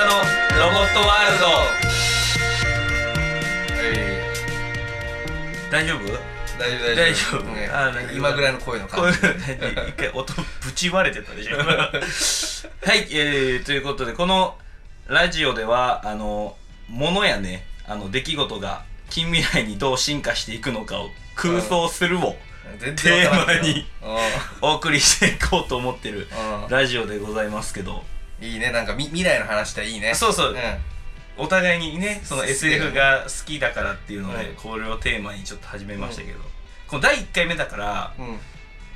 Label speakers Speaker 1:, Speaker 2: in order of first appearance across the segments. Speaker 1: ロボットワールド大丈夫
Speaker 2: 大丈夫
Speaker 1: 大
Speaker 2: 大
Speaker 1: 丈
Speaker 2: 丈
Speaker 1: 夫
Speaker 2: 夫ね
Speaker 1: あなんか
Speaker 2: 今ぐらいの声の
Speaker 1: こう
Speaker 2: 感
Speaker 1: い
Speaker 2: じ
Speaker 1: うの何一回音ぶち割れてたでしょ今 はい、えー、ということでこのラジオではあのものやねあの出来事が近未来にどう進化していくのかを空想するを
Speaker 2: 全然わからんけど
Speaker 1: テお送りしていこうと思ってる
Speaker 2: うんうん
Speaker 1: ラジオでございますけど
Speaker 2: いいねなんかみ未来の話っていいね
Speaker 1: そうそううんお互いにねその SF が好きだからっていうの
Speaker 2: うん
Speaker 1: でこれをテーマにちょっと始めましたけどこの第1回目だから
Speaker 2: うん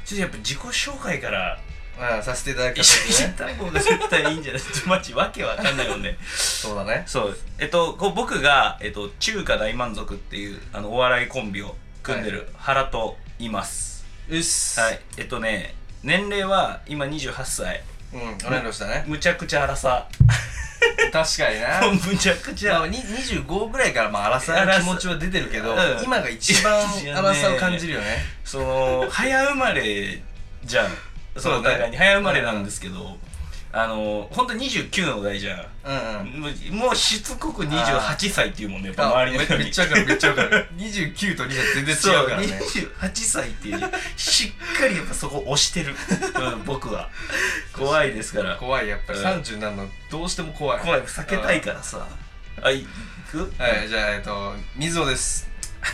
Speaker 1: ちょっとやっぱ自己紹介から
Speaker 2: まあさせていただき
Speaker 1: 一緒にやった方が絶対いいんじゃないマジわけわかんないもんね
Speaker 2: そうだね
Speaker 1: そうえっとこう僕が、えっと、中華大満足っていうあのお笑いコンビを組んでる原と言います
Speaker 2: うっす
Speaker 1: はいえっとね年齢は今28歳
Speaker 2: うん同い年だね
Speaker 1: むちゃくちゃ荒さ
Speaker 2: 確かにな
Speaker 1: も うむちゃくちゃ、
Speaker 2: まあ、に25ぐらいからまあ争いの気持ちは出てるけど、
Speaker 1: うん
Speaker 2: 今が一番
Speaker 1: いやね
Speaker 2: 争いを感じるよね
Speaker 1: その早生まれじゃんそのお
Speaker 2: そうね
Speaker 1: 互いに早生まれなんですけど、あの本当29のお題じゃん
Speaker 2: うんうん
Speaker 1: もうもうしつこく28歳っていうもんねやっぱ周りの人
Speaker 2: め
Speaker 1: に
Speaker 2: めっちゃわかるめっちゃわかる29と2は全然違うからね
Speaker 1: そう28歳っていうしっかりやっぱそこ押してる、うん、僕は怖いですから
Speaker 2: 怖いやっぱり
Speaker 1: うん
Speaker 2: 30になるのどうしても怖い
Speaker 1: 怖い避けたいからさあいいく
Speaker 2: はいじゃあえっと水尾です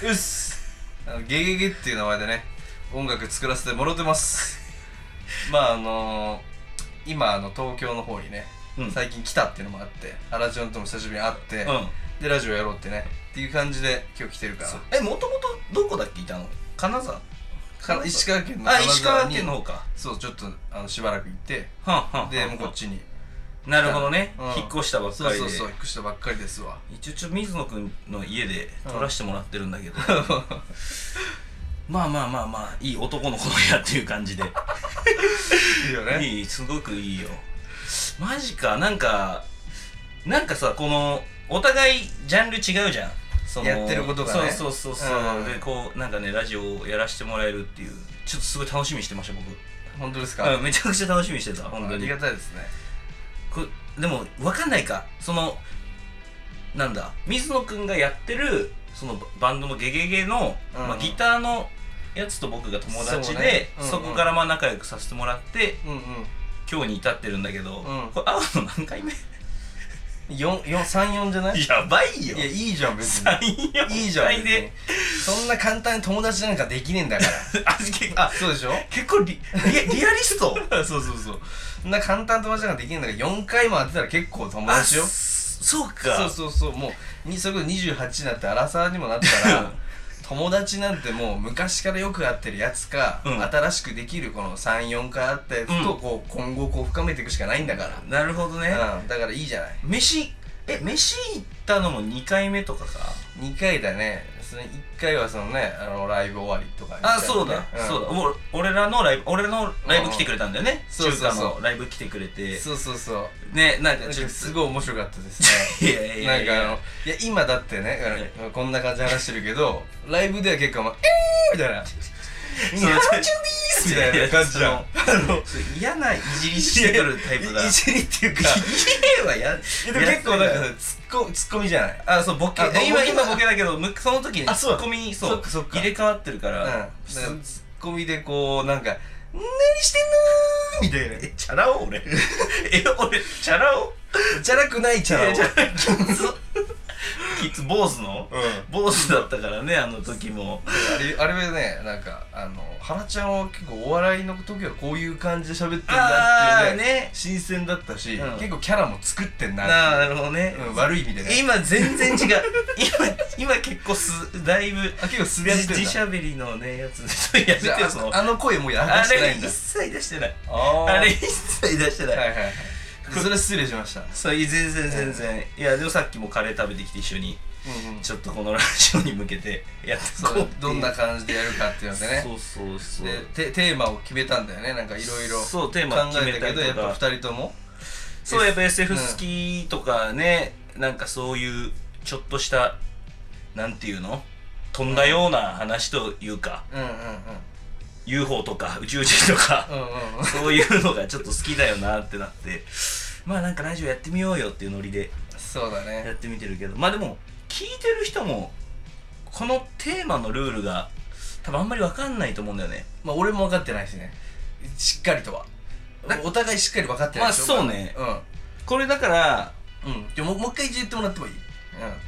Speaker 1: うっす
Speaker 2: あのゲゲゲっていう名前でね音楽作らせてもろてます まああのー、今あの東京の方にね
Speaker 1: うんうん
Speaker 2: 最近来たっていうのもあって原ちゃんとも久しぶりに会って、でラジオやろうってねっていう感じで今日来てるから
Speaker 1: そうえもともとどこだっけいたの金沢
Speaker 2: か石川県の
Speaker 1: あ
Speaker 2: 金沢に
Speaker 1: 石川県の方か
Speaker 2: そうちょっとあのしばらく行って
Speaker 1: はんはんはんはん
Speaker 2: でもうこっちに
Speaker 1: なるほどね、
Speaker 2: うん
Speaker 1: 引っ越したばっ
Speaker 2: そ
Speaker 1: か
Speaker 2: う
Speaker 1: りで
Speaker 2: そうそう引っ越したばっかりですわ
Speaker 1: 一応ちょ水野君の家で
Speaker 2: うん
Speaker 1: 撮らせてもらってるん だけど、まあまあまあまあいい男の子の部屋っていう感じで
Speaker 2: いいよね
Speaker 1: いいすごくいいよマジかなんかなんかさこのお互いジャンル違うじゃんその
Speaker 2: やってることがね
Speaker 1: そうそうそうそう、
Speaker 2: うん
Speaker 1: でこうなんかねラジオをやらせてもらえるっていうちょっとすごい楽しみにしてました僕
Speaker 2: 本当ですか、
Speaker 1: うんめちゃくちゃ楽しみにしてた本当
Speaker 2: あ
Speaker 1: に
Speaker 2: りがたいですね
Speaker 1: こでも分かんないかそのなんだ水野くんがやってるそのババンドのゲゲゲの、
Speaker 2: うん
Speaker 1: まあ、ギターのやつと僕が友達でそ,、
Speaker 2: そうねうんうん
Speaker 1: こからまあ仲良くさせてもらって
Speaker 2: うんうん
Speaker 1: 今日に至ってるんだけど、
Speaker 2: ん
Speaker 1: これ会うの何回目
Speaker 2: 34じゃないい
Speaker 1: やばいよ
Speaker 2: やいいじゃん別に
Speaker 1: 3 4
Speaker 2: いいじゃん別
Speaker 1: 回で
Speaker 2: にそんな簡単に友達なんかできねえんだか
Speaker 1: あけ
Speaker 2: ら
Speaker 1: あ
Speaker 2: そうでしょ
Speaker 1: 結構リリリアリスト
Speaker 2: そうそうそうそんな簡単に友達なんかできねえんだから4回も当てたら結構友達よ
Speaker 1: あそうか
Speaker 2: そうそうそうもうにそれこそ28になってアラサーにもなったら友達なんてもう昔からよく会ってるやつか、
Speaker 1: うん
Speaker 2: 新しくできるこの34回会ったやつと
Speaker 1: うん
Speaker 2: こう、今後こう深めていくしかないんだか
Speaker 1: なるほどね、
Speaker 2: ら、うん、だからいいじゃない
Speaker 1: 飯え飯行ったのも2回目とかか
Speaker 2: 2回だねその1回はそのねあのライブ終わりとかに
Speaker 1: あそうだ、
Speaker 2: ん
Speaker 1: そうだもう俺らのライブ俺のライブ来てくれたんだよね、
Speaker 2: うんうん
Speaker 1: 中華
Speaker 2: そうそうそ
Speaker 1: のライブ来てくれて
Speaker 2: そうそうそう
Speaker 1: ねなんか
Speaker 2: なん
Speaker 1: ちょっ
Speaker 2: か
Speaker 1: と
Speaker 2: すごい面白かったですね
Speaker 1: いやいや
Speaker 2: なん
Speaker 1: い
Speaker 2: かあの
Speaker 1: や
Speaker 2: いや今だってねあのこんな感じで話してるけどライブでは結構まあえーみたいな「
Speaker 1: そう
Speaker 2: ニハオチュンビース!」みたいな感じじゃん
Speaker 1: いや嫌ないじりしてくるタイプだ
Speaker 2: いじりっていうか
Speaker 1: 家はや
Speaker 2: でも結構なんか
Speaker 1: や
Speaker 2: さツッコツッコミじゃない
Speaker 1: あそうボケ
Speaker 2: あボ
Speaker 1: 今
Speaker 2: ボケ
Speaker 1: 今ボケだけどむその時に
Speaker 2: あ
Speaker 1: ツ
Speaker 2: そう
Speaker 1: ッコミ
Speaker 2: そ
Speaker 1: そ
Speaker 2: っ
Speaker 1: う
Speaker 2: かそっか
Speaker 1: 入れ替わってるか、
Speaker 2: うんだかららツッコミでこうなんか「何してんの?」みたいな
Speaker 1: えチャラ男俺え俺チャラ男
Speaker 2: チャラくないチャラ
Speaker 1: えチャラキッズキッズ坊主の
Speaker 2: うん
Speaker 1: 坊主だったからねあの時も
Speaker 2: あれあれはねなんかあの原ちゃんは結構お笑いの時はこういう感じで喋ってん
Speaker 1: あ
Speaker 2: だってい
Speaker 1: あ
Speaker 2: うね
Speaker 1: ね
Speaker 2: 新鮮だったし、
Speaker 1: うん
Speaker 2: 結構キャラも作ってんなっていう
Speaker 1: なあなるほどね、
Speaker 2: うん、悪い意味でね
Speaker 1: 今全然違う今今結構すだいぶ
Speaker 2: あ結構素でやってんだ
Speaker 1: 自しゃべりのねやつやめて
Speaker 2: じゃ
Speaker 1: よその
Speaker 2: ああの声もうやら
Speaker 1: あ
Speaker 2: してな
Speaker 1: れ
Speaker 2: いんだ
Speaker 1: 一切出してない
Speaker 2: あ
Speaker 1: あれ
Speaker 2: は
Speaker 1: 一切出してない、
Speaker 2: いはいはいそれ失礼しました
Speaker 1: そういや全然全然、いやでもさっきもカレー食べてきて一緒に
Speaker 2: うんうん
Speaker 1: ちょっとこのラジオに向けてやって
Speaker 2: そ
Speaker 1: こうっ
Speaker 2: う
Speaker 1: ていう
Speaker 2: どんな感じでやるかっていうのでね
Speaker 1: そうそうそう
Speaker 2: でテテーマを決めたんだよねなんかいろいろ考
Speaker 1: そうテーマ決め
Speaker 2: えた
Speaker 1: た
Speaker 2: け
Speaker 1: り
Speaker 2: ど
Speaker 1: と
Speaker 2: やっぱ
Speaker 1: か
Speaker 2: 2人とも
Speaker 1: そうやっぱ SF
Speaker 2: うん
Speaker 1: 好きとかね、なんかそういうちょっとしたなんていうの飛んだような話というか、
Speaker 2: うんうん
Speaker 1: UFO とか宇宙人とか、
Speaker 2: うんうんうんうん
Speaker 1: そういうのがちょっと好きだよなってなってまあなんかラジオやってみようよっていうノリで
Speaker 2: そうだ
Speaker 1: や
Speaker 2: ね
Speaker 1: ってみてるけどまあでも聞いてる人もこのテーマのルールが多分あんまり分かんないと思うんだよね
Speaker 2: まあ俺も分かってないしねしっかりとは
Speaker 1: な
Speaker 2: お互いしっかり分かってないでし
Speaker 1: ま
Speaker 2: ょ
Speaker 1: あそうね
Speaker 2: うん
Speaker 1: これだから
Speaker 2: うん、じゃあもうもう一回言ってもらってもいい、うん、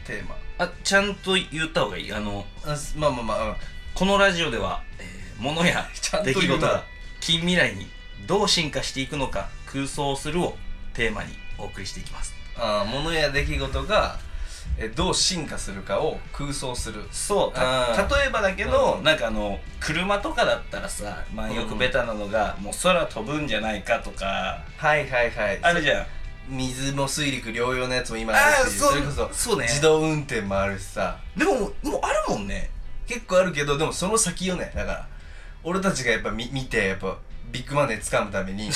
Speaker 2: テーマ
Speaker 1: あちゃんと言った方がいいあの
Speaker 2: あすまあまあまあ、うん、
Speaker 1: このラジオでは、えー、物や
Speaker 2: ちゃんと
Speaker 1: 出来
Speaker 2: 言う
Speaker 1: 事
Speaker 2: な
Speaker 1: が近未来にどう進化していくのか空想するをテーマにお送りしていきます
Speaker 2: あー物や出来事がえどう進化するかを空想する
Speaker 1: そう
Speaker 2: あ
Speaker 1: た
Speaker 2: ー
Speaker 1: 例えばだけど、
Speaker 2: うん
Speaker 1: なんかあの車とかだったらさ、まあ、よくベタなのが、もう空飛ぶんじゃないかとか
Speaker 2: はいはいはい
Speaker 1: あるじゃん
Speaker 2: 水も水陸両用のやつも今
Speaker 1: あ
Speaker 2: あ
Speaker 1: ー
Speaker 2: るし
Speaker 1: そう
Speaker 2: それこそ
Speaker 1: そうね
Speaker 2: 自動運転もあるしさ
Speaker 1: でももうあるもんね
Speaker 2: 結構あるけどでもその先よねだから俺たちがやっぱ見見てやっぱビッグマネー掴むた めに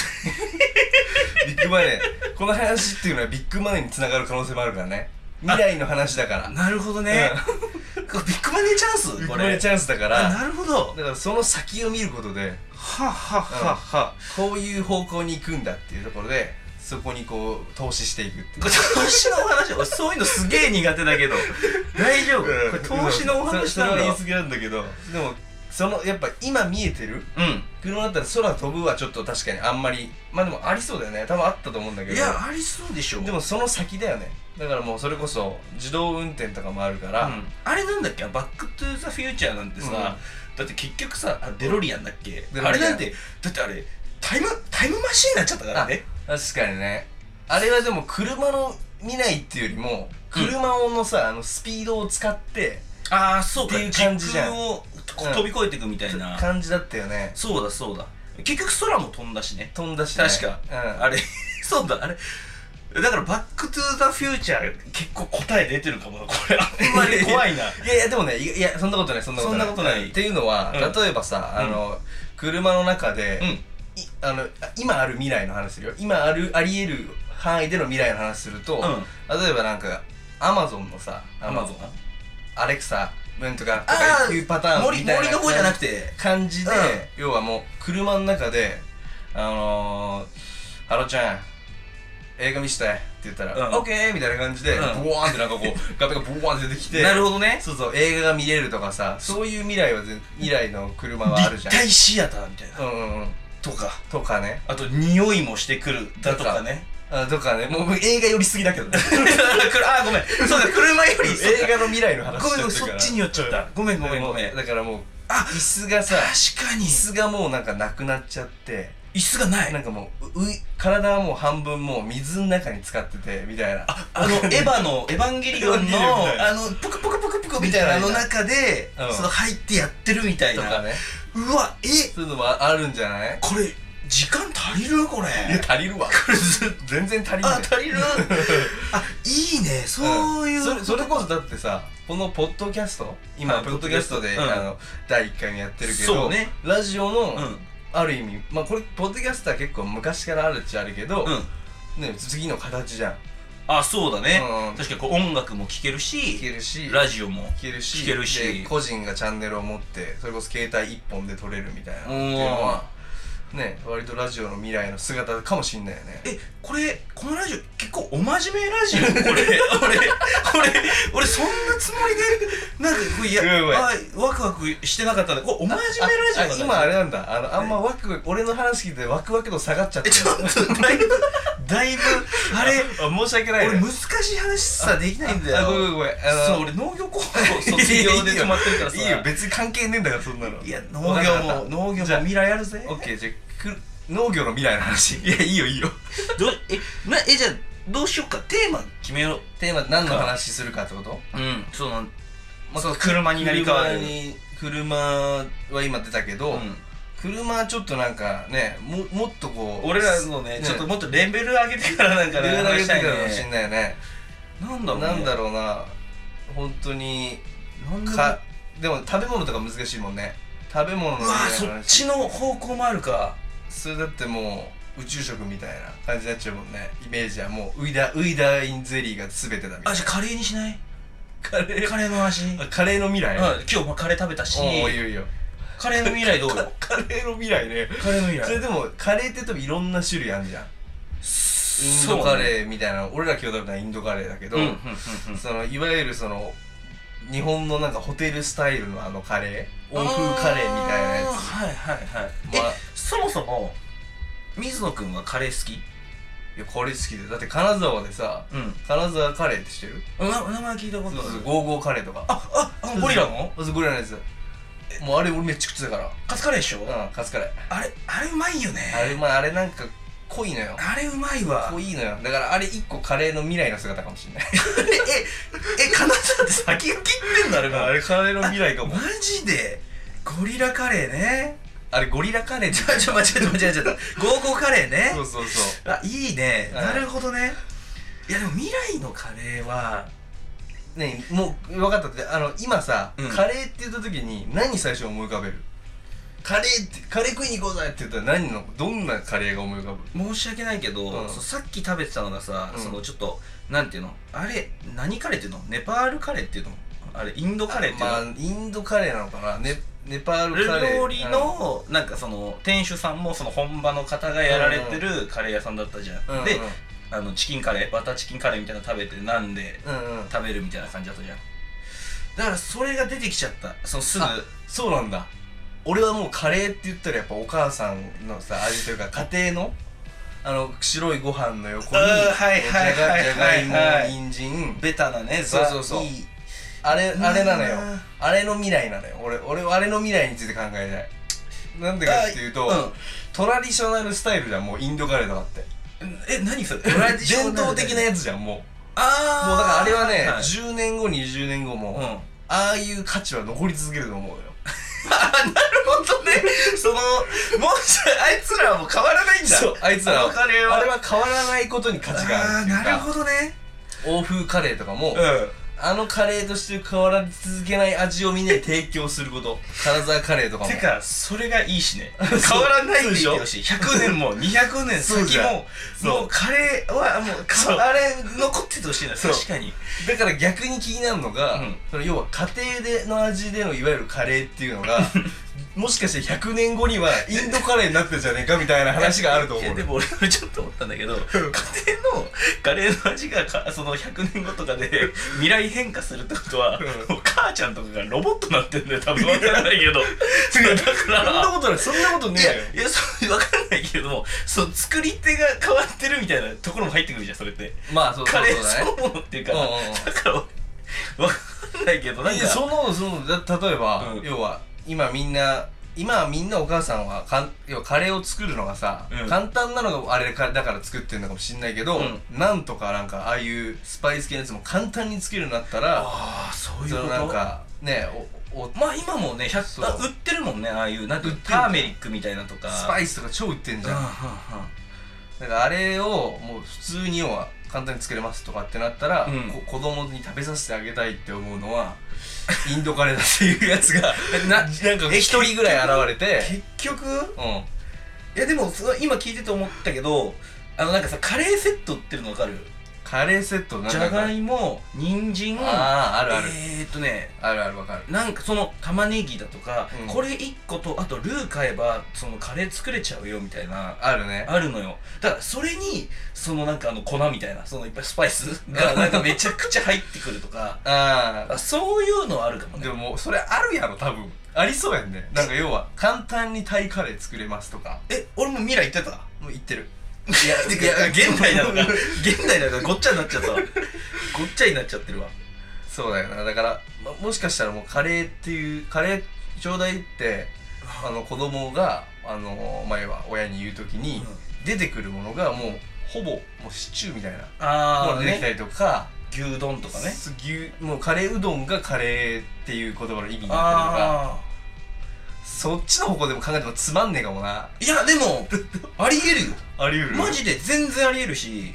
Speaker 2: ビッグマネーこの話っていうのはビッグマネーにつながる可能性もあるからね未来の話だから
Speaker 1: なるほどこれビッグマネーチャンスこ
Speaker 2: ビ
Speaker 1: れ
Speaker 2: ッグマネーチャンスだから
Speaker 1: あなるほど
Speaker 2: だからその先を見ることで
Speaker 1: はあはあはあはあ
Speaker 2: こういう方向に行くんだっていうところでそこにこう投資していくっていう
Speaker 1: これ投資のお話俺そういうのすげえ苦手だけど大丈夫これ投資のお話
Speaker 2: そ
Speaker 1: な
Speaker 2: そ
Speaker 1: ん
Speaker 2: れ
Speaker 1: だ
Speaker 2: は言い過ぎなんだけどでもそのやっぱ今見えてる
Speaker 1: う
Speaker 2: 車だったら空飛ぶはちょっと確かにあんまりまあでもありそうだよね多分あったと思うんだけ
Speaker 1: ん
Speaker 2: ど
Speaker 1: いやありそうでしょ
Speaker 2: でもその先だよねだからもうそれこそ自動運転とかもあるから、
Speaker 1: うんあれなんだっけバックトゥーザフューチャーなんてさ、
Speaker 2: うん
Speaker 1: だって結局さあデロリアンだっけ
Speaker 2: デロリアン
Speaker 1: あれなんてだってあれタイムタイムマシンになっちゃったからね
Speaker 2: 確かにねあれはでも車の未来っていうよりも車をのさ、あのスピードを使って
Speaker 1: ああそうっていう
Speaker 2: ってい
Speaker 1: 感
Speaker 2: う感
Speaker 1: じ
Speaker 2: じ
Speaker 1: じ
Speaker 2: じ
Speaker 1: ゃ
Speaker 2: ゃ
Speaker 1: ん
Speaker 2: ん
Speaker 1: をこ
Speaker 2: うん
Speaker 1: 飛び越えていくみたいな、
Speaker 2: 感じだったよね
Speaker 1: そうだそうだ結局空も飛んだしね
Speaker 2: 飛んだし、ね、
Speaker 1: 確か
Speaker 2: うん、
Speaker 1: あれ そうだあれだからバックトゥーザフューチャー結構答え出てるかもなこれあんまり怖 いな
Speaker 2: いやいやでもねいいやそんなことないそんなことな
Speaker 1: そん
Speaker 2: い
Speaker 1: なことない
Speaker 2: っていうのは、
Speaker 1: うん
Speaker 2: 例えばさあの、車の中で、
Speaker 1: うん
Speaker 2: いあのあ今ある未来の話するよ今あるありえる範囲での未来の話すると、例えばなんかアマゾンのさアマゾンアレクサうんとかと
Speaker 1: あ
Speaker 2: か
Speaker 1: ー
Speaker 2: いうパターン
Speaker 1: 森
Speaker 2: みたいな
Speaker 1: 森の方じゃなくて
Speaker 2: 感じで、
Speaker 1: うん
Speaker 2: 要はもう車の中であのー、ハロちゃん映画見したいって言ったら、
Speaker 1: うん
Speaker 2: オッケーみたいな感じで、
Speaker 1: うん
Speaker 2: ブワーンってなんかこう画面がブワーンって出てきて
Speaker 1: なるほどね
Speaker 2: そうそう映画が見れるとかさそういう未来はぜ未来の車はあるじ
Speaker 1: 立
Speaker 2: ゃ
Speaker 1: 体シアターみたいなん
Speaker 2: うんうんうん
Speaker 1: とか
Speaker 2: とかね
Speaker 1: あと匂いもしてくるだとかね
Speaker 2: あとかねもう映画寄りすぎだけど ね
Speaker 1: あごめんそうだ車より
Speaker 2: 映画の未来の話
Speaker 1: ごめん
Speaker 2: しちゃ
Speaker 1: そ
Speaker 2: てるから
Speaker 1: っちに寄っちゃったごめんごめんごめん
Speaker 2: だからもう
Speaker 1: あ
Speaker 2: 椅子がさ
Speaker 1: 確かに
Speaker 2: 椅子がもうなんかなくなっちゃって
Speaker 1: 椅子がな
Speaker 2: ないんかもうううい体はもう半分もう水の中に浸かっててみたいな
Speaker 1: あのエヴァの「エヴァンゲリオン」の
Speaker 2: エヴァンゲリオンみたいな
Speaker 1: あのプクプクプクプクみたいなあの中で
Speaker 2: うん
Speaker 1: その入ってやってるみたい
Speaker 2: とか
Speaker 1: な
Speaker 2: ね
Speaker 1: うわえ
Speaker 2: そういうのもああるんじゃない
Speaker 1: これ時間足りるこれ
Speaker 2: いや足りるわ全然足りな
Speaker 1: あ
Speaker 2: い
Speaker 1: 足りるあいいねそうい
Speaker 2: ん
Speaker 1: う
Speaker 2: それそれこそだってさこのポッドキャスト
Speaker 1: は
Speaker 2: 今
Speaker 1: い
Speaker 2: ポッドキャストで、
Speaker 1: ポッドキャスト
Speaker 2: あの第1回もやってるけ
Speaker 1: そう
Speaker 2: ど、
Speaker 1: ね
Speaker 2: ラジオの、
Speaker 1: うん
Speaker 2: ある意味まあこれポッドキャストは結構昔からあるっちゃあるけど、
Speaker 1: うん
Speaker 2: ね、次の形じゃん
Speaker 1: あそうだね
Speaker 2: うん
Speaker 1: 確かにこう音楽も聴ける
Speaker 2: 聞け
Speaker 1: し
Speaker 2: るし
Speaker 1: ラジオも
Speaker 2: 聞けるし
Speaker 1: 聞けるし
Speaker 2: で個人がチャンネルを持ってそれこそ携帯一本で撮れるみたいなっていうのはね割とラジオの未来の姿かもしんないよね
Speaker 1: えこれこのラジオ結構お真面目ラ ジオこれ俺俺俺そんなつもりでなんかこういや
Speaker 2: ごめんごめん
Speaker 1: あワクワクしてなかったんだこれお真面目ラジオ
Speaker 2: ああ今あ
Speaker 1: れ
Speaker 2: れなんだあのあんまワクワク俺の話聞いてワクワク度下がっちゃっ
Speaker 1: え
Speaker 2: た
Speaker 1: ちょっとだいぶだいぶ あれ
Speaker 2: 申し訳ない
Speaker 1: 俺難しい話さできないんだ
Speaker 2: あごめ
Speaker 1: よ
Speaker 2: んごめん
Speaker 1: そう
Speaker 2: あ
Speaker 1: 俺農業高校卒業で止まってるから
Speaker 2: の
Speaker 1: さ
Speaker 2: いいよ別に関係ねえんだからそんなの
Speaker 1: いや農業も農業も
Speaker 2: じゃあ
Speaker 1: 未来あるぜ
Speaker 2: オッケーじゃあくる農業の未来 の話いやいいよいいよ
Speaker 1: どうえなえじゃあどうしようかテーマ決めよ
Speaker 2: テーマ何の話するかってこと
Speaker 1: ううんその
Speaker 2: まあその
Speaker 1: 車になり変わる
Speaker 2: 車に車は今出たけど、
Speaker 1: うん
Speaker 2: 車はちょっとなんかねももっとこう
Speaker 1: 俺らのねちょっと
Speaker 2: もっ
Speaker 1: もっとレベル上げてからなん
Speaker 2: と
Speaker 1: か
Speaker 2: ね
Speaker 1: ね
Speaker 2: 上
Speaker 1: 話
Speaker 2: げ
Speaker 1: してたい
Speaker 2: かもし
Speaker 1: ね
Speaker 2: んないよね
Speaker 1: なんだろうね
Speaker 2: なんだろうな本当に
Speaker 1: なんだろう
Speaker 2: かでも食べ物とか難しいもんね食べ物の
Speaker 1: うわー
Speaker 2: 未来
Speaker 1: そ
Speaker 2: の
Speaker 1: っ
Speaker 2: 話
Speaker 1: ちの方向もあるか
Speaker 2: それだってもう宇宙食みたいな感じになっちゃうもんねイメージはもうウイダウイダインゼリーが全てだみたい
Speaker 1: あ
Speaker 2: な
Speaker 1: じゃあカレーにしない
Speaker 2: カレ
Speaker 1: カレーの味うん
Speaker 2: あカレーの未来
Speaker 1: 今日もカレー食べたし
Speaker 2: おおいいよいいよ
Speaker 1: カレーの未来どうよ
Speaker 2: カレーの未来ね
Speaker 1: カレーの未
Speaker 2: それでもカレーって多分いろんな種類あるじゃんインドカレーみたいな、俺ら今日食べたのはインドカレーだけど、
Speaker 1: うんうんうん
Speaker 2: そのいわゆるその日本のなんかホテルスタイルのあのカレー欧風カレーみたいな
Speaker 1: あー
Speaker 2: やつ
Speaker 1: はいはいはい、
Speaker 2: まあ
Speaker 1: えそもそも水野くんはカレー好き
Speaker 2: いやこれ好きでだって金沢でさ
Speaker 1: うん
Speaker 2: 金沢カレーって知ってる
Speaker 1: な名前聞いたこ
Speaker 2: そう
Speaker 1: とあ
Speaker 2: そう
Speaker 1: る
Speaker 2: ゴーゴーカレーとか
Speaker 1: あああのゴリラの
Speaker 2: まずゴリラのやつもうあれ俺めっちゃ食ってたか
Speaker 1: カツカレーでしょ、
Speaker 2: らうんカツカレー
Speaker 1: あれあれうまいよね
Speaker 2: あれまああれなんか濃いのよ
Speaker 1: あれうまいわ
Speaker 2: 濃いのよだからあれ一個カレーの未来の姿かもしれない
Speaker 1: えええ金沢って先が切ってん だあれが
Speaker 2: れカレーの未 来か
Speaker 1: マジでゴリラカレーね
Speaker 2: あれゴリラカレーって
Speaker 1: ち
Speaker 2: 言
Speaker 1: ょ
Speaker 2: って
Speaker 1: ち
Speaker 2: た
Speaker 1: ょ間違えた間違えちゃったゴーゴーカレーね
Speaker 2: そうそうそう
Speaker 1: あいいね
Speaker 2: はい
Speaker 1: なるほどねいやでも未来のカレーは
Speaker 2: ねもう分かったってあの今さ、
Speaker 1: うん
Speaker 2: カレーって言った時に何最初思い浮かべるカレーってカレー食いに行こうぜって言ったら何のどんなカレーが思い浮か
Speaker 1: 申
Speaker 2: ぶ
Speaker 1: し訳ないけど、
Speaker 2: うん
Speaker 1: そうさっき食べてたのがさ、
Speaker 2: うん
Speaker 1: そのちょっとなんていうのあれ何カレーっていうのネパールカレーっていうのあれインドカレーっていうの、
Speaker 2: まあインドカレーなのかなネネパールカレー
Speaker 1: 料理のなんかその店主さんもその本場の方がやられてるカレー屋さんだったじゃん、
Speaker 2: うんうん
Speaker 1: であのチキンカレーバターチキンカレーみたいなの食べてなんで
Speaker 2: うんうんうん
Speaker 1: 食べるみたいな感じだったじゃんだからそれが出てきちゃったそのすぐ
Speaker 2: あそうなんだ俺はもうカレーって言ったらやっぱお母さんのさ味というか家庭のあの白いご飯の横に
Speaker 1: うんはいはいはい
Speaker 2: じゃがじゃ
Speaker 1: はい
Speaker 2: が
Speaker 1: はい
Speaker 2: いも人参
Speaker 1: ベタなね
Speaker 2: そうそうそう
Speaker 1: ザいい
Speaker 2: あれあれなの
Speaker 1: う
Speaker 2: よ
Speaker 1: ん
Speaker 2: あれの未来なのよ俺俺はあれの未来について考えたいなんでかっていうと、
Speaker 1: うん
Speaker 2: トラディショナルスタイルじゃんもうインドカレーとかって
Speaker 1: え何それ
Speaker 2: 伝統的なやつじゃんもう
Speaker 1: ああ
Speaker 2: もうだからあれはね、
Speaker 1: はい
Speaker 2: 10年後20年後も、
Speaker 1: うん、
Speaker 2: ああいう価値は残り続けると思うよ
Speaker 1: 本当ねそのもうじゃあいつらはもう変わらないんだ
Speaker 2: そうあいつら
Speaker 1: あのカレーは
Speaker 2: あれは変わらないことに価値があるっていう
Speaker 1: あー
Speaker 2: か
Speaker 1: なるほどね
Speaker 2: 欧風カレーとかも、
Speaker 1: うん
Speaker 2: あのカレーとして変わら続けない味をみんなに提供すること金沢カレーとかも
Speaker 1: てかそれがいいし ね変わらないでしょ100年 も200年
Speaker 2: そう
Speaker 1: 先
Speaker 2: じゃん
Speaker 1: も
Speaker 2: そう
Speaker 1: もうカレーはもう
Speaker 2: そう
Speaker 1: かあれ残っててほしいな
Speaker 2: そう
Speaker 1: 確かに
Speaker 2: だから逆に気になるのが、
Speaker 1: うん
Speaker 2: その要は家庭での味でのいわゆるカレーっていうの がもしかして100年後にはインドカレーになってるじゃねえかみたいな話があると
Speaker 1: い
Speaker 2: 思
Speaker 1: や
Speaker 2: う
Speaker 1: でも俺もちょっと思ったんだけど家庭のカレーの味がかその100年後とかで未来変化するってことは、
Speaker 2: うん
Speaker 1: もう母ちゃんとかがロボットになってんだよ多分分からないけど だから
Speaker 2: そんなことないそんなことね
Speaker 1: い
Speaker 2: えよ
Speaker 1: やいやそう分かんないけれどもその作り手が変わってるみたいなところも入ってくるじゃんそれって
Speaker 2: まあそう
Speaker 1: カ
Speaker 2: そう
Speaker 1: レー
Speaker 2: そうだ
Speaker 1: そ
Speaker 2: ね
Speaker 1: のものっていうか、
Speaker 2: うんうんうん
Speaker 1: だからわかんないけどなん
Speaker 2: い
Speaker 1: か
Speaker 2: やそんなことそんなことだ例えば、
Speaker 1: うん
Speaker 2: 要は今みんな今はみんなお母さんはかん要はカレーを作るのがさ、
Speaker 1: うん
Speaker 2: 簡単なのがあれかだから作ってるのかもしんないけど、
Speaker 1: う
Speaker 2: なんとかなんかああいうスパイス系のやつも簡単に作るようになったら
Speaker 1: ああそう
Speaker 2: そのなんかねおお
Speaker 1: まあ今もね100
Speaker 2: そう
Speaker 1: あ売ってるもんねああいうなんていうの
Speaker 2: 売って
Speaker 1: タ
Speaker 2: る
Speaker 1: ーメリックみたいなとか
Speaker 2: スパ
Speaker 1: イ
Speaker 2: イスとか超売ってんじ
Speaker 1: うん
Speaker 2: ゃ
Speaker 1: うん
Speaker 2: ん
Speaker 1: うん
Speaker 2: だからあれをもう普通に要は簡単に作れますとかってなったら、
Speaker 1: うん
Speaker 2: こ子供に食べさせてあげたいって思うのはインドカレー だっていうやつが
Speaker 1: な
Speaker 2: なんか一人ぐらい現れて
Speaker 1: 結局
Speaker 2: うん
Speaker 1: いやでもその今聞いてて思ったけどあのなんかさカレーセット売ってるの分かる
Speaker 2: カレーセットなん
Speaker 1: じ
Speaker 2: か
Speaker 1: ゃがいも人参
Speaker 2: あああるある、
Speaker 1: えー、っとね
Speaker 2: あるあるわかる
Speaker 1: なんかその玉ねぎだとか、
Speaker 2: うん
Speaker 1: これ1個とあとルー買えばそのカレー作れちゃうよみたいな
Speaker 2: あるね
Speaker 1: あるのよだからそれにそのなんかあの粉みたいなそのいっぱいスパイスがなんかめちゃくちゃ入ってくるとか
Speaker 2: あ
Speaker 1: あそういうのはあるかも
Speaker 2: あ
Speaker 1: ね
Speaker 2: でももうそれあるやろ多分ありそうやんねなんか要は簡単にタイカレー作れますとか
Speaker 1: え俺も未来言ってた
Speaker 2: もう言ってる
Speaker 1: いや てか現代なのか 現代なのかごっちゃになっちゃったわごっちゃになっちゃってるわ
Speaker 2: そうだよなだから、ま、もしかしたらもうカレーっていうカレーちょうだいってあの子供があの前は親に言う時に、出てくるものがもうほぼもうシチューみたいなも
Speaker 1: あ
Speaker 2: の
Speaker 1: あ、
Speaker 2: が出てきた
Speaker 1: ね、
Speaker 2: りとか、
Speaker 1: 牛丼とかね
Speaker 2: す牛もうカレーうどんがカレーっていう言葉の意味になってるとか
Speaker 1: あ
Speaker 2: そっちの方向でも考えてもつまんねえかもな
Speaker 1: あいやで もありえるよ
Speaker 2: あり得る
Speaker 1: マジで全然ありえるし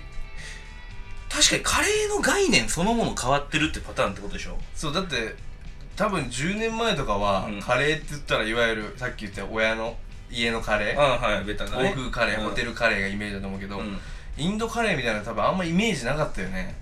Speaker 1: 確かにカレーの概念そのもの変わってるってパターンってことでしょ
Speaker 2: そうだって多分10年前とかは、
Speaker 1: うん
Speaker 2: カレーって言ったらいわゆるさっき言った親の家のカレー
Speaker 1: あはいベタ
Speaker 2: 欧風カレー、
Speaker 1: うん
Speaker 2: ホテルカレーがイメージだと思うけど、
Speaker 1: うん
Speaker 2: インドカレーみたいなの多分あんまイメージなかったよね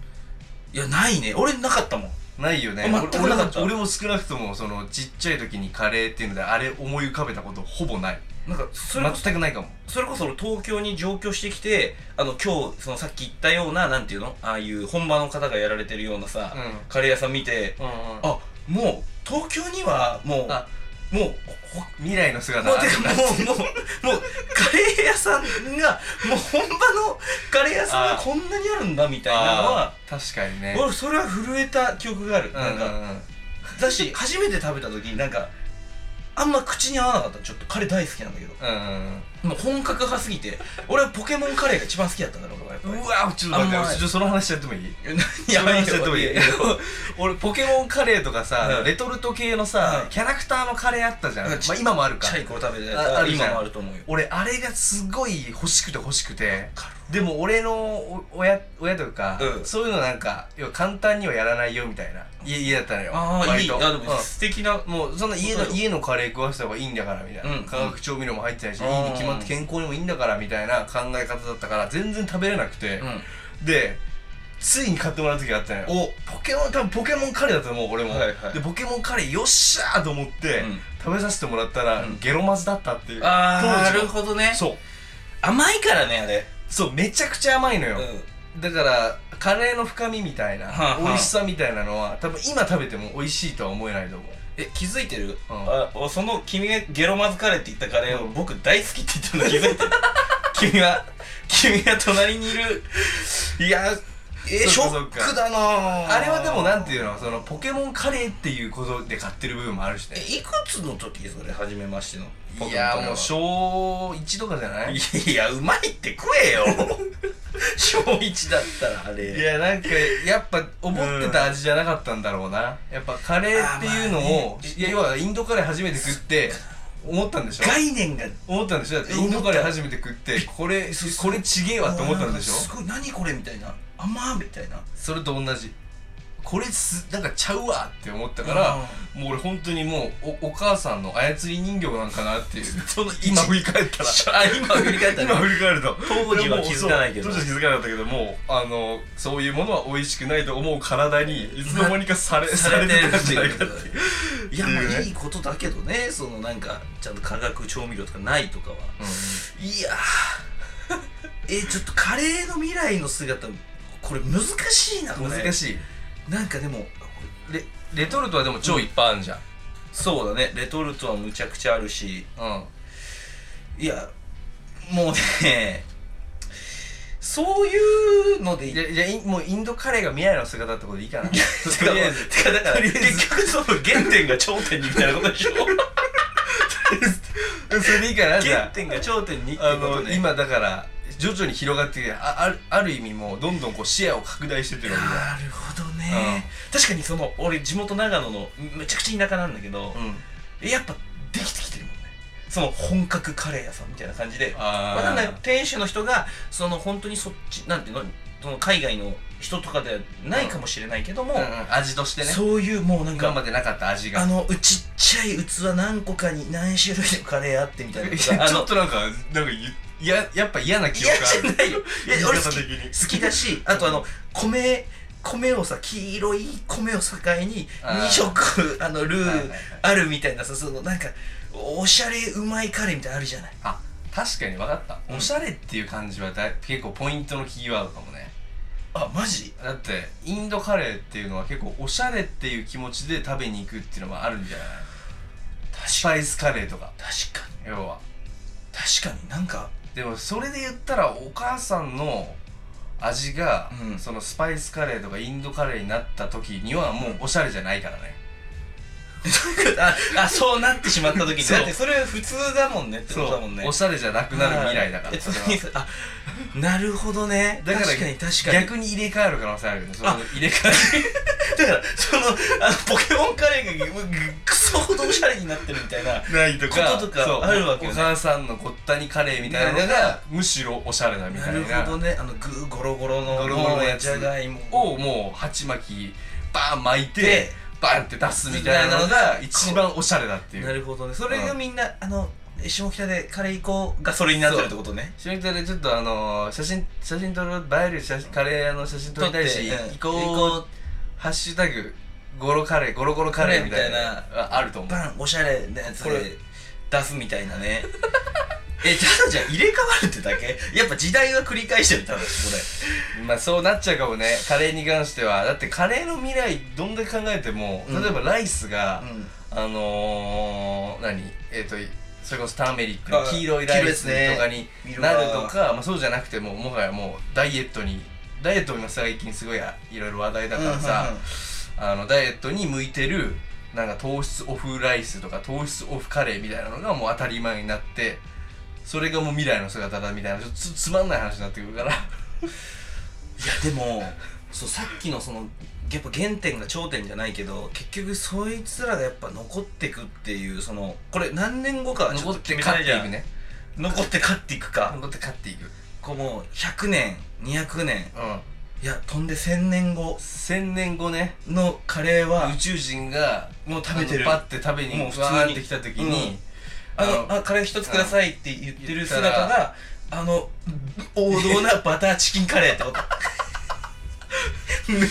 Speaker 1: いやないね俺なかったもん
Speaker 2: ないよね
Speaker 1: 全くなかった
Speaker 2: 俺俺も俺も少なくともそのちっちゃい時にカレーっていうのであれ思い浮かべたことほぼない
Speaker 1: なんかそれこそ
Speaker 2: 全くないかも
Speaker 1: それこそ俺東京に上京してきてあの今日そのさっき言ったようななんていうのああいう本場の方がやられてるようなさ、
Speaker 2: うん
Speaker 1: カレー屋さん見て
Speaker 2: うんうん
Speaker 1: あもう東京にはも
Speaker 2: あ
Speaker 1: うもうほ
Speaker 2: 未来の姿
Speaker 1: もう
Speaker 2: ある
Speaker 1: てかもうもうもうカレー屋さんがもう本場のカレー屋さんがこんなにあるんだみたいなのは
Speaker 2: あー確かにね
Speaker 1: 俺それは震えた記憶がある、
Speaker 2: うん
Speaker 1: な
Speaker 2: うんん
Speaker 1: か
Speaker 2: うん
Speaker 1: だし初めて食べた時になんかあんま口に合わなかったちょっとカレー大好きなんだけど
Speaker 2: うん
Speaker 1: もう本格派すぎて俺はポケモンカレーが一番好きだったんだろうなやっぱ
Speaker 2: う
Speaker 1: り
Speaker 2: んうわちょっと待
Speaker 1: あん
Speaker 2: っ
Speaker 1: ま
Speaker 2: てちょっとその話やってもいい
Speaker 1: 何
Speaker 2: やばいよ
Speaker 1: やばいよ
Speaker 2: やばい俺ポケモンカレーとかさ、
Speaker 1: うん
Speaker 2: レトルト系のさ、
Speaker 1: うん
Speaker 2: キャラクターのカレーあったじゃん、
Speaker 1: うん
Speaker 2: まあ、今もあるか
Speaker 1: チャイコを食べて
Speaker 2: ああるじゃ
Speaker 1: 今
Speaker 2: ん
Speaker 1: もあると思うよ
Speaker 2: 俺あれがすごい欲しくて欲しくて
Speaker 1: か
Speaker 2: でも俺のお親親というか、
Speaker 1: うん
Speaker 2: そういうのなんか要は簡単にはやらないよみたいな家家だったのよ
Speaker 1: ああいい
Speaker 2: 割と
Speaker 1: あでも
Speaker 2: うん
Speaker 1: 素敵な
Speaker 2: もうそんな家の
Speaker 1: そうだよ
Speaker 2: 家のカレー食わした方がいいんだからみたいな、
Speaker 1: うん
Speaker 2: 化学調味料も入ってないし、
Speaker 1: うん
Speaker 2: いいに決まって健康にもいいんだからみたいな考え方だったから全然食べれなくて、
Speaker 1: うん
Speaker 2: でついに買ってもらう時があったのよ
Speaker 1: お
Speaker 2: ポケモン多分ポケモンカレーだと思う俺も、
Speaker 1: はいはい
Speaker 2: でポケモンカレーよっしゃーと思って、
Speaker 1: うん
Speaker 2: 食べさせてもらったら、
Speaker 1: うん
Speaker 2: ゲロマズだったっていう
Speaker 1: ああな
Speaker 2: 当時は
Speaker 1: るほどね
Speaker 2: そう
Speaker 1: 甘いからねあれ
Speaker 2: そうめちゃくちゃ甘いのよ、
Speaker 1: う
Speaker 2: だからカレーの深みみたいな、
Speaker 1: はあはあ
Speaker 2: 美味しさみたいなのは多分今食べても美味しいとは思えないと思う
Speaker 1: え気づいてる
Speaker 2: うん
Speaker 1: あおその君がゲロマズカレーって言ったカレーを
Speaker 2: うん
Speaker 1: 僕大好きって言ったの気づいて る君は君が隣にいるいやえシ
Speaker 2: そ
Speaker 1: ョ
Speaker 2: っか
Speaker 1: ッ
Speaker 2: そっか
Speaker 1: クだな
Speaker 2: あれはでもなんていう
Speaker 1: の
Speaker 2: のそのポケモンカレーっていうことで買ってる部分もあるしね
Speaker 1: えいくつの時それ初めましての
Speaker 2: いやーもう
Speaker 1: ショ
Speaker 2: 小1とかじゃない
Speaker 1: いやうまいって食え よ小1だったらあれ
Speaker 2: いやなんかやっぱ思ってた味じゃなかったんだろうなやっぱカレーっていうの
Speaker 1: あーま
Speaker 2: を
Speaker 1: あね
Speaker 2: いや要はインドカレー初めて食って思ったんでしょ
Speaker 1: 概念が
Speaker 2: 思ったんでしょだってインドカレー初めて食ってこれこれちげえわって思ったんでし
Speaker 1: す
Speaker 2: ょ
Speaker 1: ごい何これみたいな甘みたいな
Speaker 2: それと同じこれすなんかちゃうわって思ったからもう俺本当にもうおお母さんの操り人形なんかなっていう
Speaker 1: その
Speaker 2: 今振り返ったら
Speaker 1: あ今振り返った
Speaker 2: 今
Speaker 1: ら
Speaker 2: 振り返ると
Speaker 1: 当時は気づかないけど
Speaker 2: 当時は気づかなかったけどもうあのそういうものは美味しくないと思う体にいつの間にかされ
Speaker 1: されてる
Speaker 2: たん
Speaker 1: って
Speaker 2: じゃない
Speaker 1: いう
Speaker 2: かっていう
Speaker 1: こといやまあいいことだけどねそのなんかちゃんと化学調味料とかないとかははいやーえちょっとカレーの未来の姿これ難しいなこれ
Speaker 2: 難しい
Speaker 1: なんかでも
Speaker 2: レレトルトはでも超いっぱいあるじゃん
Speaker 1: そうだねレトルトはむちゃくちゃあるし
Speaker 2: うん
Speaker 1: いやもうねそういうのでい
Speaker 2: じゃじゃあいもうインドカレーが未来の姿ってことでいいかなとり
Speaker 1: てか
Speaker 2: あえず
Speaker 1: てかだから
Speaker 2: とりあえず
Speaker 1: 結局その原点が頂点にみたいなことでしょ
Speaker 2: うんそれでいいかなじ
Speaker 1: 原
Speaker 2: ゃ
Speaker 1: 点が頂点にって
Speaker 2: ああ
Speaker 1: こと
Speaker 2: の
Speaker 1: ね
Speaker 2: 今だから徐々に広がってきてああるある意味もうどんどんこう視野を拡大してってるわ
Speaker 1: なるほどね、確かにその俺地元長野のむちゃくちゃ田舎なんだけど
Speaker 2: け、だうん
Speaker 1: やっぱできてきてるもんねその本格カレー屋さんみたいな感じで
Speaker 2: あ
Speaker 1: わかんない店主の人がその本当にそっちなんていうのその海外の人とかではないかもしれないけども、
Speaker 2: うんうん味としてね
Speaker 1: そういうもうなん
Speaker 2: 頑張
Speaker 1: か
Speaker 2: ってなかった味が
Speaker 1: あのうちっちゃい器何個かに何種類のカレーあってみたいなの
Speaker 2: い
Speaker 1: が
Speaker 2: や
Speaker 1: あ
Speaker 2: ち
Speaker 1: の
Speaker 2: ょっとなんか、なんかい、や、やっぱ嫌な記
Speaker 1: 嫌
Speaker 2: 憶
Speaker 1: じ
Speaker 2: ある。
Speaker 1: ゃないよいや俺好き
Speaker 2: 言い方的に
Speaker 1: 好きだしあとあの米米をさ黄色い米を境に
Speaker 2: あー
Speaker 1: 2色あのル
Speaker 2: はいはい
Speaker 1: ー
Speaker 2: はい
Speaker 1: あるみたいなさそのなんかおしゃれうまいカレーみたいなのあるじゃない
Speaker 2: あ、確かに分かった。
Speaker 1: うん
Speaker 2: おしゃれっていう感じはだい結構ポイントのキーワードかもね。
Speaker 1: あマジ
Speaker 2: だって、インドカレーっていうのは結構おしゃれっていう気持ちで食べに行くっていうのもあるんじゃないスパイスカレーとか、
Speaker 1: 確かに
Speaker 2: 要は。
Speaker 1: 確かになんか
Speaker 2: でも、それで言ったらお母さんの味が、
Speaker 1: うん
Speaker 2: そのスパイスカレーとかインドカレーになった時にはもうおしゃれじゃないからね。
Speaker 1: ああそうなってしまった時に
Speaker 2: そう
Speaker 1: だってそれ普通だもんねってことだもんね
Speaker 2: おしゃれじゃなくなる未来だか
Speaker 1: はい
Speaker 2: ら。
Speaker 1: え
Speaker 2: それは
Speaker 1: 別にあなるほどね
Speaker 2: だから
Speaker 1: 確かに確かに
Speaker 2: 逆に入れ替わる可能性あるよねその
Speaker 1: あ
Speaker 2: 入れ替わ る
Speaker 1: だからそのあのポケモンカレーがぐぐクソほどおしゃれになってるみたいな
Speaker 2: ないと
Speaker 1: か
Speaker 2: そう
Speaker 1: あるわけ
Speaker 2: お
Speaker 1: よね
Speaker 2: 母さんのごったにカレーみたいなの
Speaker 1: なる
Speaker 2: がむしろおしゃれだみた
Speaker 1: ないる
Speaker 2: な
Speaker 1: ほどねあのグーゴロゴロの
Speaker 2: ゴロゴロのやつ
Speaker 1: じゃがいも
Speaker 2: をもう鉢巻きバーン巻いて
Speaker 1: で
Speaker 2: バーンって出すみたいなのが一番おしゃれだってい
Speaker 1: な
Speaker 2: う
Speaker 1: るほどねそれがみんな、あの下北でカレー行こうがそれになってるってことね
Speaker 2: 下北でちょっとあのー写真写真撮る映える写真カレー屋の写真撮りたいし行こうハッシュタグゴロカレーゴロゴロカレーみたいな
Speaker 1: みたい
Speaker 2: ああると思う
Speaker 1: バンおしゃれなやつ
Speaker 2: これ
Speaker 1: で出すみたいなね えただじゃあ入れ替わるってだけやっぱ時代は繰り返してる多分こ
Speaker 2: まあそうなっちゃうかもねカレーに関してはだってカレーの未来どんだけ考えても
Speaker 1: うん
Speaker 2: 例えばライスが、
Speaker 1: れ、うん、
Speaker 2: あのー、何えっ、とそれこそターメリック
Speaker 1: あ
Speaker 2: の黄色いライス
Speaker 1: 黄色いやつね
Speaker 2: とかに
Speaker 1: 見るわ
Speaker 2: なるとか、まあ、そうじゃなくてももはやもうダイエットにダイエットも今最近すごいあいろいろ話題だからさ、あのダイエットに向いてるなんか糖質オフライスとか糖質オフカレーみたいなのがもう当たり前になってそれがもう未来の姿だみたいなちょっとつつまんない話になってくるから。
Speaker 1: うんうんうんいやでもそうさっきのそのやっぱ原点が頂点じゃないけど結局そいつらがやっぱ残ってくっていうそのこれ何年後かはちょ
Speaker 2: 残
Speaker 1: っ
Speaker 2: っ
Speaker 1: と
Speaker 2: て
Speaker 1: 決めたい
Speaker 2: 勝って
Speaker 1: じ
Speaker 2: い
Speaker 1: ゃ
Speaker 2: く
Speaker 1: ん
Speaker 2: ね
Speaker 1: 残って勝っていくか
Speaker 2: 残って勝っていくう
Speaker 1: こうもう100年200年
Speaker 2: ん
Speaker 1: いや飛んで1000年後
Speaker 2: 1000年後ね
Speaker 1: のカレーは
Speaker 2: 宇宙人が
Speaker 1: もう食べてる
Speaker 2: あのパッて食べに
Speaker 1: もう普通に
Speaker 2: わーってきた時に、
Speaker 1: うん
Speaker 2: あ
Speaker 1: あ
Speaker 2: の
Speaker 1: のあカレー一つくださいって言ってる姿
Speaker 2: 言った
Speaker 1: があの王道 なバターチキンカレーってこと めっ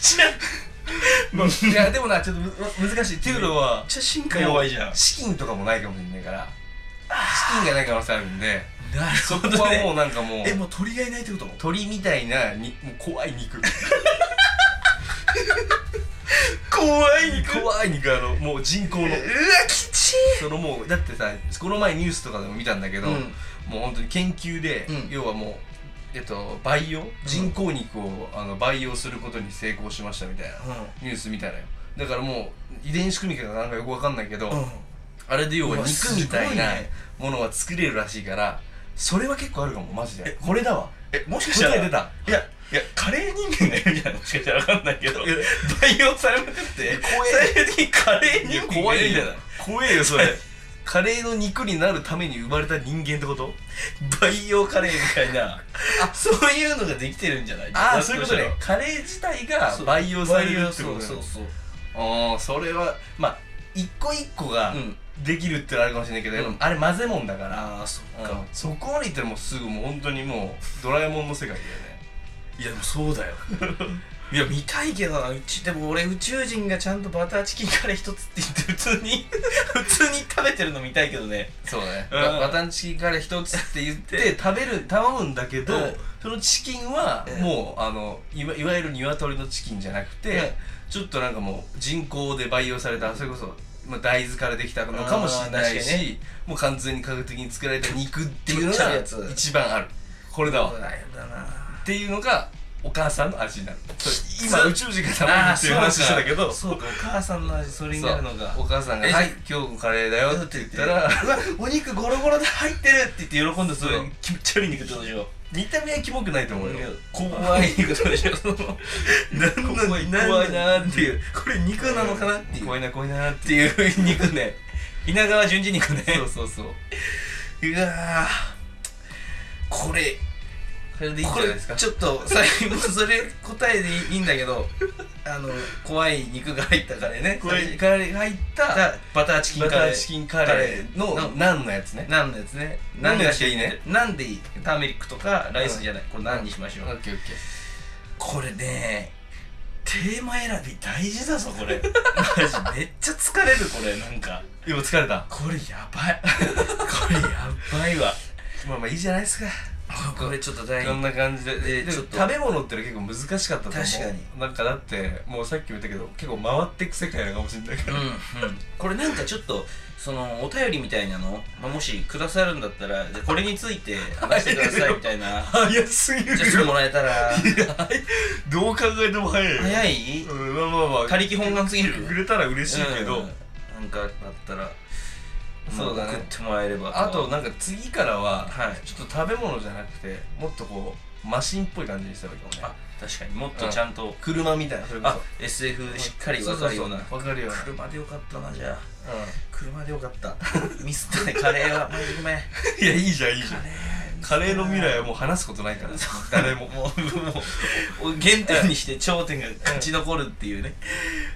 Speaker 1: ちゃ
Speaker 2: いやでもなちょっとむむ難しいっていうのは
Speaker 1: ちゃ進
Speaker 2: もう資金とかもないかもしれないから資金がない可能性ある んで
Speaker 1: なる
Speaker 2: そ
Speaker 1: ほ
Speaker 2: こ
Speaker 1: ど
Speaker 2: はも
Speaker 1: ね
Speaker 2: うなんかもう
Speaker 1: えもう鳥がいないってこと
Speaker 2: 鳥みたいなにもう怖い 肉
Speaker 1: 怖い
Speaker 2: 怖い肉あのもう人工の
Speaker 1: うわきち
Speaker 2: そのもうだってさこの前ニュースとかでも見たんだけ
Speaker 1: い
Speaker 2: ど、もう本当に研究で、
Speaker 1: うん
Speaker 2: 要はもうえっと培養人工肉をあの培養することに成功しましたみたいなニュースみたいなよだからもう遺伝子組み換えがなんかよくわかんないけど、
Speaker 1: うん
Speaker 2: あれで要は
Speaker 1: うわ
Speaker 2: 肉みたい
Speaker 1: す
Speaker 2: な
Speaker 1: ごいね
Speaker 2: ものは作れるらしいからそれは結構あるかもマジでこれだわ
Speaker 1: えもしかしたら
Speaker 2: 答え出た
Speaker 1: いやいやカレー人間がいるじゃんもしかしたらわかんないけど
Speaker 2: いや
Speaker 1: 培養されまくって
Speaker 2: 怖え
Speaker 1: 最終的にカレー人間がいるじゃない
Speaker 2: 怖えよそれカレーの肉になるために生まれた人間ってこと
Speaker 1: 培養カレーみたいなそういうのができてるんじゃない
Speaker 2: ああそういうことねカレー自体が培養されるってこと
Speaker 1: そうそう
Speaker 2: ね
Speaker 1: そう
Speaker 2: ああそれはまあ一個一個が
Speaker 1: うん
Speaker 2: できるってのはあるかもしれないけど、
Speaker 1: うん
Speaker 2: あれ混ぜもんだから、
Speaker 1: ああそっ
Speaker 2: うん
Speaker 1: か
Speaker 2: そこまでいったらもうすぐもう本当にもうドラえもんの世界だよね
Speaker 1: いやでもそうだよいや見たいけどなうちでも俺宇宙人がちゃんとバターチキンカレー一つって言って普通に 普通に食べてるの見たいけどね
Speaker 2: そうね、
Speaker 1: うん
Speaker 2: ババタンチキンカレー一つって 言って食べる頼むんだけど、
Speaker 1: うん
Speaker 2: そのチキンは
Speaker 1: うん
Speaker 2: もう、あのいわいわゆる鶏のチキンじゃなくて、
Speaker 1: うん
Speaker 2: ちょっとなんかもう人工で培養されたそれこそ、まあ、大豆からできたのかもしれない
Speaker 1: あー確か
Speaker 2: し、もう完全に科学的に作られた肉っていうの
Speaker 1: ぶっちゃ
Speaker 2: が
Speaker 1: けやつ
Speaker 2: 一番あるこれだわ
Speaker 1: そうだよだな
Speaker 2: っていうのがお母さんの味になるそれ今
Speaker 1: そう
Speaker 2: 宇宙人が食べるっていう話してたけど
Speaker 1: そうかお母さんの味それになるのが
Speaker 2: そうお母さんが「
Speaker 1: え
Speaker 2: はい今日もカレーだよ」って言ったら
Speaker 1: うわお肉ゴロゴロで入ってるって言って喜んでそれ
Speaker 2: そう
Speaker 1: 気持ち悪い肉どうでしょう
Speaker 2: 見た目はキモくないと思うよ
Speaker 1: 怖い肉どうでしょうその 何の
Speaker 2: 怖い
Speaker 1: 何の
Speaker 2: 怖いなーっていう
Speaker 1: これ肉なのかなっていう
Speaker 2: 怖いな怖いなーって
Speaker 1: っていう肉ね稲川淳二肉ね
Speaker 2: そうそうそう
Speaker 1: うわーこれ
Speaker 2: それでいいんじ
Speaker 1: こ
Speaker 2: ゃない
Speaker 1: れ
Speaker 2: ですか
Speaker 1: ちょっと最後それ答えでいいんだけ どあの怖い肉が入ったカレーね
Speaker 2: これカレーが入った
Speaker 1: だバターチキン
Speaker 2: バ
Speaker 1: カ
Speaker 2: タ
Speaker 1: レ
Speaker 2: ーチ
Speaker 1: ー
Speaker 2: キンカレーの
Speaker 1: カレー
Speaker 2: ナンのやつね
Speaker 1: なんのやつね
Speaker 2: ナンのやつ
Speaker 1: が
Speaker 2: でいいね
Speaker 1: なんでいいターメリックとかライスじゃない、これ何にしまし
Speaker 2: オ
Speaker 1: ょう、
Speaker 2: ッケーオッケ
Speaker 1: これねテーマ選び大事だぞこ れマジめっちゃ疲れるこれなんか
Speaker 2: ー今疲れた
Speaker 1: これやば いこれやばいわ
Speaker 2: まあまあいいじゃないですか
Speaker 1: これちょっと第
Speaker 2: こんな感じで
Speaker 1: で
Speaker 2: で
Speaker 1: ちょっ
Speaker 2: も
Speaker 1: と
Speaker 2: 食べ物ってのは結構難しかったと思う
Speaker 1: 確かに
Speaker 2: なんかだってもうさっきも言ったけど結構回ってく世界なのかもしれない から
Speaker 1: うんうん、これなんかちょっとそのお便りみたいなの、まあ、もしくださるんだったらじゃあこれについて話してくださいみたいな
Speaker 2: 早すぎる
Speaker 1: じゃあそれもらえたら
Speaker 2: どう考えても早いよ
Speaker 1: 早い
Speaker 2: うんまあまあまあ
Speaker 1: 他力本願すぎる
Speaker 2: くれたら嬉しいけど、
Speaker 1: うんなんかあったら
Speaker 2: そうだね
Speaker 1: 送ってもらえれば
Speaker 2: あとなんか次からは、
Speaker 1: はい
Speaker 2: ちょっと食べ物じゃなくてもっとこうマシンっぽい感じにした方がいいかも
Speaker 1: あ
Speaker 2: ね
Speaker 1: 確かにもっとちゃんと、
Speaker 2: 車みたいなそれこ
Speaker 1: あ
Speaker 2: そ
Speaker 1: SF でしっかり分かるような
Speaker 2: そそそわかるような
Speaker 1: 車でよかったなじゃあ
Speaker 2: う
Speaker 1: 車でよかった ミスったねカレー はマジごめん
Speaker 2: ん、いやいいじゃんいいじゃんカレーの未来は
Speaker 1: も
Speaker 2: もう話すことないから誰も
Speaker 1: もうもう原点にして頂点が勝ち残るっていうね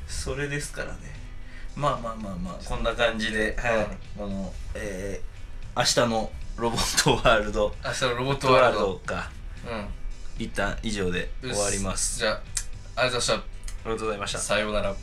Speaker 1: それですからねまあまあまあまあこんな感じで、はいあのえー、明日のロボットワールド
Speaker 2: 明日のロボット
Speaker 1: ワ
Speaker 2: ワ
Speaker 1: ー
Speaker 2: ー
Speaker 1: ル
Speaker 2: ル
Speaker 1: ド
Speaker 2: ド
Speaker 1: か
Speaker 2: う
Speaker 1: 一旦以上で
Speaker 2: ん
Speaker 1: 終わります
Speaker 2: じゃあありがとうございまし
Speaker 1: ありがとうございました
Speaker 2: たさようなら